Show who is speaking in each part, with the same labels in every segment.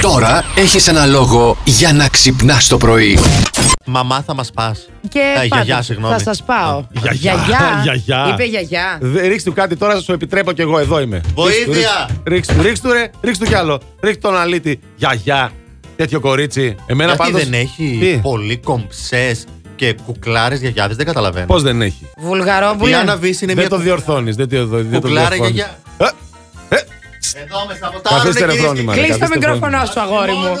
Speaker 1: Τώρα έχεις ένα λόγο για να ξυπνάς το πρωί.
Speaker 2: Μαμά θα μας πας.
Speaker 3: Ε,
Speaker 4: Και
Speaker 2: Α, η
Speaker 4: πάντως,
Speaker 2: γιαγιά, συγγνώμη.
Speaker 4: Θα σας πάω.
Speaker 2: Α,
Speaker 4: Γιαγιά.
Speaker 3: Γιαγιά.
Speaker 4: Είπε γιαγιά.
Speaker 3: Δε- Ρίξ' του κάτι τώρα, σου επιτρέπω κι εγώ, εδώ είμαι.
Speaker 2: Βοήθεια!
Speaker 3: Ρίξ' του, ρίξ' του, ρε, ρίξ' του κι άλλο. Ρίξ' τον αλήτη. Γιαγιά, τέτοιο κορίτσι. Εμένα
Speaker 2: Γιατί
Speaker 3: πάντως...
Speaker 2: δεν έχει
Speaker 3: Τι?
Speaker 2: πολύ κομψές και κουκλάρες γιαγιάδες, δεν καταλαβαίνω.
Speaker 3: Πώς δεν έχει.
Speaker 2: Η
Speaker 4: Βουλγαρόπουλε.
Speaker 2: Άννα Βύση είναι
Speaker 3: δεν
Speaker 2: μια
Speaker 3: το διορθώνεις, δεν το, δεν το
Speaker 2: Κουκλάρα
Speaker 3: διορθώνεις.
Speaker 2: γιαγιά.
Speaker 3: Ε, ε,
Speaker 2: Εδώ με σαμποτάρουν
Speaker 3: Καθίστε ρε
Speaker 2: κυρίες και
Speaker 3: φρόνημα. ρε,
Speaker 4: Κλείς το
Speaker 3: καθίστε φρόνημα.
Speaker 4: μικρόφωνο σου, αγόρι μου.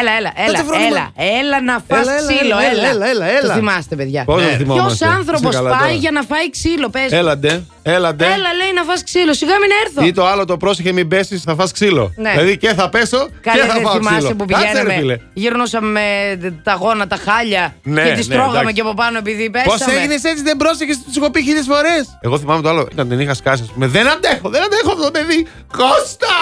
Speaker 4: Έλα, έλα, έλα,
Speaker 3: Κάτσε, βρε,
Speaker 4: έλα, έλα να φας
Speaker 3: Έλα, έλα,
Speaker 4: ξύλο,
Speaker 3: έλα, έλα, έλα, έλα.
Speaker 4: Το θυμάστε, παιδιά.
Speaker 3: Ε, Πώς
Speaker 2: Ναι.
Speaker 3: δεν θυμόμαστε.
Speaker 4: Ποιος άνθρωπο
Speaker 3: Είστε καλά
Speaker 4: πάει
Speaker 3: τώρα.
Speaker 4: για να φάει ξύλο, πες. μου.
Speaker 3: Έλαντε, έλαντε.
Speaker 4: Έλα, λέει να φας ξύλο, σιγά μην έρθω.
Speaker 3: Ή το άλλο το πρόσεχε, μην πέσεις, θα φας ξύλο.
Speaker 4: Ναι.
Speaker 3: Δηλαδή και θα πέσω
Speaker 4: Καλέ
Speaker 3: και θα
Speaker 4: δεν
Speaker 3: φάω
Speaker 4: θυμάσαι
Speaker 3: ξύλο.
Speaker 4: που
Speaker 3: Κάτσε, ρε, φίλε.
Speaker 4: πηγαίναμε. Γυρνούσαμε με τα γόνατα χάλια
Speaker 3: Ναι,
Speaker 4: και τις
Speaker 3: ναι,
Speaker 4: τρώγαμε
Speaker 3: εντάξει.
Speaker 4: και από πάνω επειδή
Speaker 3: Πώς
Speaker 4: πέσαμε.
Speaker 3: έγινες έτσι, δεν πρόσεχες, τους έχω πει χίλιες φορές. Εγώ θυμάμαι το άλλο. Ήταν την είχα σκάσει, ας πούμε. Δεν αντέχω, δεν αντέχω αυτό το παιδί. Κώστα!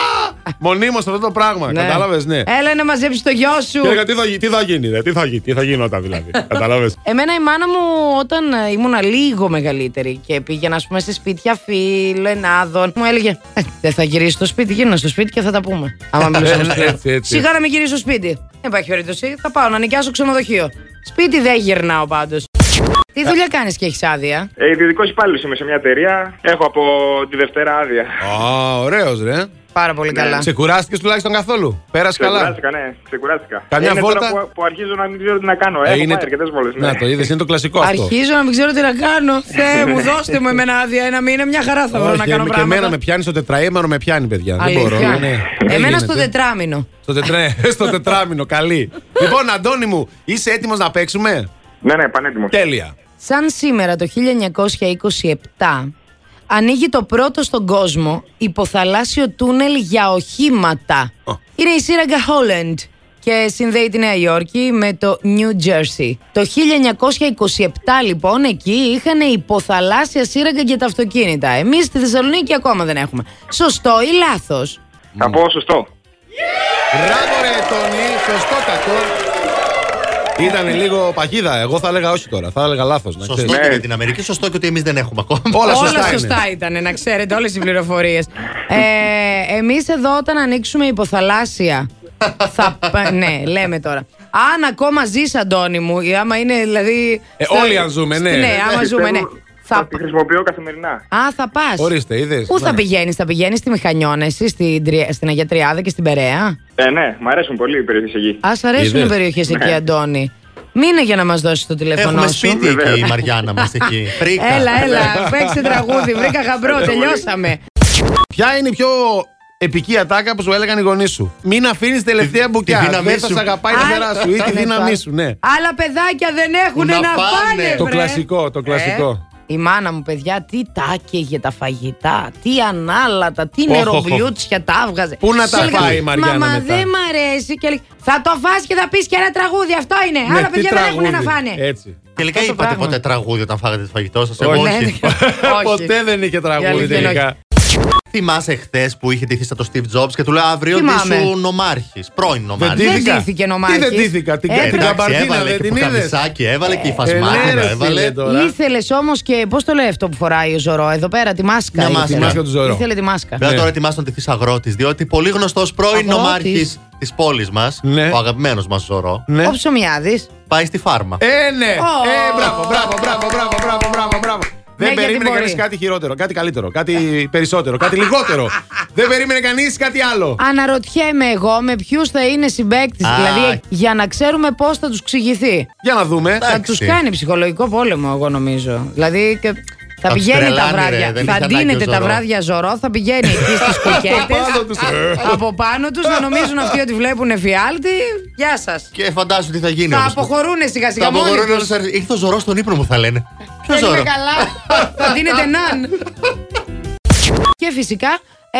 Speaker 3: Μονίμως αυτό το πράγμα.
Speaker 4: Ναι.
Speaker 3: Κατάλαβες, ναι.
Speaker 4: Έλα να μαζέψεις το γιο σου.
Speaker 3: Και έλεγα, τι θα, γι- τι θα γίνει, ρε, τι θα, γι- τι θα γινόταν δηλαδή. Κατάλαβες.
Speaker 4: Εμένα η μάνα μου όταν ε, ήμουνα λίγο μεγαλύτερη και πήγαινα ας πούμε σε σπίτια φιλενάδων μου έλεγε «Ε, δεν θα γυρίσει στο σπίτι, γύρνα στο σπίτι και θα τα πούμε. Άμα μιλούσαμε στο
Speaker 3: Έτσι,
Speaker 4: τηλέφωνο.
Speaker 3: έτσι, έτσι.
Speaker 4: Σιγά να μην γυρίσω στο σπίτι. Δεν υπάρχει περίπτωση, θα πάω να νοικιάσω ξενοδοχείο. Σπίτι δεν γυρνάω πάντως. Τι δουλειά κάνεις και έχεις άδεια.
Speaker 5: Ε, ιδιωτικός υπάλληλος είμαι σε μια εταιρεία. Έχω από τη Δευτέρα άδεια.
Speaker 3: Α, ωραίος, ρε.
Speaker 4: Πάρα πολύ
Speaker 3: Ναι,
Speaker 4: καλά.
Speaker 3: Ξεκουράστηκες τουλάχιστον καθόλου. Πέρασε καλά.
Speaker 5: Ξεκουράστηκα, ναι, ξεκουράστηκα.
Speaker 3: Καμιά
Speaker 5: είναι
Speaker 3: βόλτα.
Speaker 5: Τώρα που, που, αρχίζω να μην ξέρω τι να κάνω.
Speaker 3: Ε,
Speaker 5: Έχω
Speaker 3: είναι
Speaker 5: πάει
Speaker 3: το-
Speaker 5: αρκετέ βόλε. Ναι.
Speaker 3: Να το είδες, είναι το κλασικό αυτό.
Speaker 4: Αρχίζω να μην ξέρω τι να κάνω. Θεέ μου, δώστε μου εμένα άδεια ένα μήνα, μια χαρά θα μπορώ
Speaker 3: Όχι,
Speaker 4: να
Speaker 3: εμ-
Speaker 4: κάνω
Speaker 3: και εμένα
Speaker 4: πράγματα.
Speaker 3: με πιάνει στο τετραήμερο, με πιάνει, παιδιά. Δεν μπορώ.
Speaker 4: Αλήθεια.
Speaker 3: ναι. Δεν
Speaker 4: Εμένα στο
Speaker 3: γίνεται.
Speaker 4: τετράμινο.
Speaker 3: Στο, τετρέ, στο τετράμινο, καλή. λοιπόν, Αντώνη μου, είσαι έτοιμος να παίξουμε.
Speaker 5: ναι, ναι, πανέτοιμος.
Speaker 3: Τέλεια.
Speaker 4: Σαν σήμερα το 1927 ανοίγει το πρώτο στον κόσμο υποθαλάσσιο τούνελ για οχήματα.
Speaker 3: Ω.
Speaker 4: Είναι η σύραγγα Holland και συνδέει τη Νέα Υόρκη με το New Jersey. Το 1927 λοιπόν εκεί είχαν υποθαλάσσια σύραγγα για τα αυτοκίνητα. Εμείς στη Θεσσαλονίκη ακόμα δεν έχουμε. Σωστό ή λάθος.
Speaker 5: Θα πω σωστό.
Speaker 3: Μπράβο ρε Τόνι, σωστότατο. Ήταν λίγο παγίδα. Εγώ θα έλεγα όχι τώρα. Θα έλεγα λάθος.
Speaker 2: Σωστό
Speaker 5: Ναι.
Speaker 2: και για την Αμερική, σωστό και ότι εμείς δεν έχουμε ακόμα.
Speaker 3: Όλα
Speaker 4: Όλα
Speaker 3: σωστά
Speaker 4: σωστά,
Speaker 3: είναι.
Speaker 4: ήταν, να ξέρετε, όλες οι πληροφορίες. ε, εμείς εδώ όταν ανοίξουμε υποθαλάσσια, θα, πα- ναι, λέμε τώρα. Αν ακόμα ζεις, Αντώνη μου, ή άμα είναι δηλαδή...
Speaker 3: Ε, όλοι αν ζούμε, ναι.
Speaker 4: Ναι, άμα ζούμε, ναι.
Speaker 5: Πιστεύω-
Speaker 4: Θα,
Speaker 5: θα τη χρησιμοποιώ καθημερινά.
Speaker 4: α, θα πας.
Speaker 3: Ορίστε, Ναι. είδες.
Speaker 4: Πού θα πηγαίνεις, θα πηγαίνεις στη Μηχανιώνα, εσύ, στην, Τρι- στην Αγία Τριάδα και στην Περαία.
Speaker 5: Ε, ναι, μου αρέσουν πολύ οι περιοχές εκεί.
Speaker 4: Ας αρέσουν
Speaker 3: Είδες.
Speaker 4: οι περιοχές εκεί,
Speaker 5: Ναι.
Speaker 4: Αντώνη. Μείνε για να μας δώσεις το
Speaker 3: ε,
Speaker 4: τηλέφωνο
Speaker 2: Έχουμε
Speaker 4: σου.
Speaker 2: σπίτι
Speaker 5: Βέβαια.
Speaker 2: εκεί η Μαριάννα μας εκεί. Πρίκα.
Speaker 4: Έλα, έλα, παίξε τραγούδι, βρήκα γαμπρό,
Speaker 5: Ευχαριστώ πολύ.
Speaker 4: τελειώσαμε.
Speaker 3: Ποια είναι η πιο επική ατάκα που σου έλεγαν οι γονείς σου. Μην αφήνεις τελευταία
Speaker 2: Τη-
Speaker 3: μπουκιά.
Speaker 2: τη δύναμή
Speaker 3: Δεν θα
Speaker 2: σου.
Speaker 3: σε αγαπάει τα
Speaker 4: Α,
Speaker 3: φτερά σου ή τη
Speaker 4: ναι,
Speaker 3: δύναμή
Speaker 4: πάλι.
Speaker 3: σου, ναι.
Speaker 4: Άλλα παιδάκια δεν έχουν
Speaker 2: Να
Speaker 4: να,
Speaker 2: φάνε.
Speaker 4: φάνε,
Speaker 3: Το
Speaker 4: βρε.
Speaker 3: κλασικό, το κλασικό.
Speaker 4: Ε, η μάνα μου, παιδιά, τι τα για τα φαγητά, τι ανάλατα, τι
Speaker 3: Οχ, οχ, οχ.
Speaker 4: νεροβιούτσια τα έβγαζε.
Speaker 3: Πού να
Speaker 4: Της
Speaker 3: τα
Speaker 4: έλεγα,
Speaker 3: πάει η Μαριάννα
Speaker 4: Μαμά,
Speaker 3: μετά».
Speaker 4: δεν μ' αρέσει. Και έλεγε, θα το φας και θα πεις και ένα τραγούδι, αυτό είναι.
Speaker 3: Ναι,
Speaker 4: Άλλα
Speaker 3: τι
Speaker 4: παιδιά δεν έχουν να
Speaker 3: τραγούδι.
Speaker 4: φάνε.
Speaker 3: Έτσι.
Speaker 2: Τελικά
Speaker 4: Αυτό το
Speaker 2: είπατε
Speaker 4: πράγμα.
Speaker 2: ποτέ τραγούδι όταν φάγατε το φαγητό σας.
Speaker 3: Όχι.
Speaker 2: Εγώ
Speaker 4: Ναι,
Speaker 2: όχι.
Speaker 4: όχι.
Speaker 3: Ποτέ δεν είχε
Speaker 4: Η
Speaker 3: τραγούδι
Speaker 4: αλήθεια είναι
Speaker 3: τελικά.
Speaker 2: Θυμάσαι χθες που είχε τηθεί το Steve Jobs και του λέω αύριο ότι
Speaker 4: Θυμάμαι.
Speaker 2: ήσουν νομάρχης. Πρώην νομάρχη.
Speaker 4: Δεν
Speaker 3: Τύθηκα.
Speaker 4: τύθηκε
Speaker 3: Τι
Speaker 4: νομάρχη.
Speaker 3: δεν τύθηκα, την,
Speaker 4: Ε,
Speaker 3: την
Speaker 4: εντάξει,
Speaker 3: καμπαρτίνα
Speaker 2: έβαλε
Speaker 3: δεν
Speaker 2: και
Speaker 3: την
Speaker 2: που
Speaker 3: είδε.
Speaker 2: καμισάκι, έβαλε και η
Speaker 3: Ε, ναι,
Speaker 2: φασμάτινα
Speaker 3: ρε,
Speaker 2: έβαλε.
Speaker 3: φίλε, τώρα.
Speaker 4: Ήθελες όμως και. Πώς το λέει αυτό που φοράει ο Ζωρό, εδώ πέρα, τη μάσκα.
Speaker 2: Μια
Speaker 4: ήθελε.
Speaker 2: μάσκα.
Speaker 3: Τη μάσκα του Ζωρό.
Speaker 4: Ήθελε τη μάσκα.
Speaker 2: Βέβαια
Speaker 3: Ναι.
Speaker 2: τώρα ετοιμάσαι να τηθεί αγρότης, διότι πολύ γνωστός πρώην
Speaker 4: Ε, Αγρότης.
Speaker 2: νομάρχης της πόλης μας,
Speaker 3: Ναι.
Speaker 2: ο αγαπημένος μας Ζωρό,
Speaker 3: Ναι.
Speaker 4: Ο Ψωμιάδης
Speaker 2: πάει στη φάρμα.
Speaker 3: Ε,
Speaker 4: Ω.
Speaker 3: ναι!
Speaker 4: Ναι,
Speaker 3: Ε, μπράβο, μπράβο, μπράβο, μπράβο, μπράβο, μπράβο, μπράβο. Δεν
Speaker 4: γιατί
Speaker 3: περίμενε
Speaker 4: μπορεί.
Speaker 3: κανείς κάτι χειρότερο, κάτι καλύτερο, κάτι περισσότερο, κάτι λιγότερο. Δεν περίμενε κανείς κάτι άλλο.
Speaker 4: Αναρωτιέμαι εγώ με ποιους θα είναι συμπέκτη.
Speaker 2: Α.
Speaker 4: Δηλαδή, για να ξέρουμε πώς θα τους ξηγηθεί.
Speaker 3: Για να δούμε.
Speaker 4: Θα
Speaker 2: Εντάξει.
Speaker 4: τους κάνει ψυχολογικό πόλεμο, εγώ νομίζω. Δηλαδή, και θα,
Speaker 2: τους
Speaker 4: πηγαίνει τα
Speaker 2: τρελάνει, ρε,
Speaker 4: βράδια.
Speaker 2: δεν έχει
Speaker 4: θα
Speaker 2: ανάγκη
Speaker 4: ντύνεται
Speaker 2: ο
Speaker 4: τα
Speaker 2: Ζωρό.
Speaker 4: βράδια ζωρό, θα πηγαίνει εκεί στις κουκέτε.
Speaker 3: Πάνω τους.
Speaker 2: ε.
Speaker 4: από πάνω τους, να νομίζουν αυτοί ότι βλέπουν εφιάλτη. Γεια σας.
Speaker 2: Και φαντάζομαι τι θα γίνει.
Speaker 4: Θα
Speaker 2: όμως.
Speaker 4: αποχωρούν σιγά
Speaker 2: Θα
Speaker 4: σιγά μόνοι
Speaker 2: αποχωρούν
Speaker 4: τους.
Speaker 2: όλε Ήρθε ο Ζωρός στον ύπνο μου, θα λένε. Ποιος
Speaker 4: Δεν είμαι
Speaker 2: Ζωρό.
Speaker 4: καλά. θα ντύνεται ναν. και φυσικά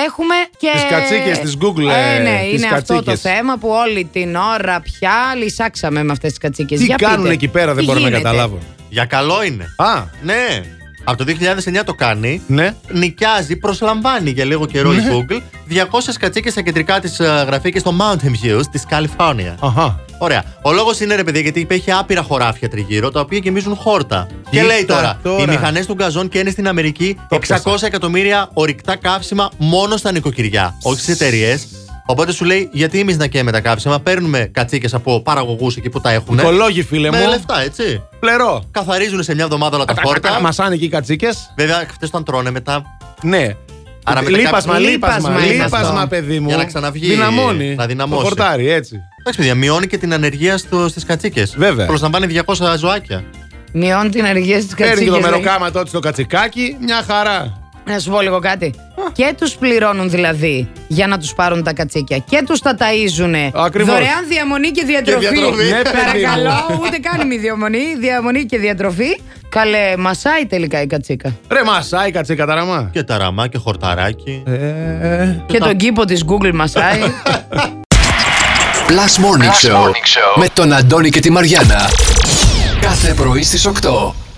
Speaker 4: έχουμε και.
Speaker 3: Τις κατσίκες της Google,
Speaker 4: Ε,
Speaker 3: ε,
Speaker 4: ναι,
Speaker 3: τις
Speaker 4: είναι αυτό το
Speaker 3: κατσίκες.
Speaker 4: θέμα που όλη την ώρα πια λυσάξαμε με αυτές τις κατσίκες.
Speaker 3: Τι κάνουν εκεί πέρα, δεν μπορώ να καταλάβω.
Speaker 2: Για καλό είναι.
Speaker 3: Α,
Speaker 2: Ναι. Από το 2009 το κάνει.
Speaker 3: ναι.
Speaker 2: Νοικιάζει, προσλαμβάνει για λίγο καιρό η Google 200 κατσίκες στα κεντρικά της γραφή και στο Mountain Views της Καλιφόρνια.
Speaker 3: Αχα.
Speaker 2: Ωραία. Ο λόγος είναι ρε παιδί, γιατί έχει άπειρα χωράφια τριγύρω τα οποία γεμίζουν χόρτα. και
Speaker 3: Κοίτα
Speaker 2: λέει τώρα,
Speaker 3: τώρα.
Speaker 2: οι μηχανές του γκαζόν και είναι στην Αμερική
Speaker 3: Το
Speaker 2: 600 εκατομμύρια ορυκτά καύσιμα μόνο στα νοικοκυριά, όχι στις εταιρείες. Οπότε σου λέει, γιατί εμείς να καίμε τα κάψιμα, παίρνουμε κατσίκες από παραγωγούς εκεί που τα έχουν.
Speaker 3: Οικολόγοι, φίλε
Speaker 2: με
Speaker 3: μου.
Speaker 2: Ναι. λεφτά, έτσι.
Speaker 3: Πλερό.
Speaker 2: Καθαρίζουν σε μια εβδομάδα όλα τα φόρτα.
Speaker 3: Μασάνε εκεί οι κατσίκες.
Speaker 2: Βέβαια, αυτέ τον τρώνε μετά.
Speaker 3: Ναι.
Speaker 2: Άρα μετά
Speaker 3: λίπασμα,
Speaker 2: κάποιος-
Speaker 3: λίπασμα,
Speaker 4: Λίπασμα είναι
Speaker 3: λίπασμα,
Speaker 2: αυτό.
Speaker 3: παιδί μου.
Speaker 2: Για να ξαναβγεί,
Speaker 3: Δυναμώνει.
Speaker 2: να δυναμώσει.
Speaker 3: Το χορτάρι, έτσι.
Speaker 2: Εντάξει, παιδιά, μειώνει και την ανεργία στις κατσίκες.
Speaker 3: Βέβαια.
Speaker 2: Προσλαμβάνει 200 ζωάκια.
Speaker 4: Μειώνει την αργία στι
Speaker 3: Παίρνει και το
Speaker 4: κατσίκες.
Speaker 3: μεροκάματό τη το κατσικάκι, μια χαρά.
Speaker 4: Να σου πω λίγο κάτι. Και τους πληρώνουν δηλαδή για να τους πάρουν τα κατσίκια. Και τους τα ταΐζουνε.
Speaker 3: Ακριβώς.
Speaker 4: Δωρεάν διαμονή και διατροφή.
Speaker 2: Και διατροφή.
Speaker 3: Ναι, παιδί
Speaker 4: Παρακαλώ, ούτε καν μη διαμονή. Διαμονή και διατροφή. Καλέ, μασάει τελικά η κατσίκα.
Speaker 3: Ρε μασάει κατσίκα τα ραμά.
Speaker 2: Και ταραμά και χορταράκι.
Speaker 3: Ε,
Speaker 4: Και τον κήπο της Google μασάει.
Speaker 1: Plus Morning, Show, με τον Αντώνη και τη Μαριάνα. Κάθε πρωί στις 8.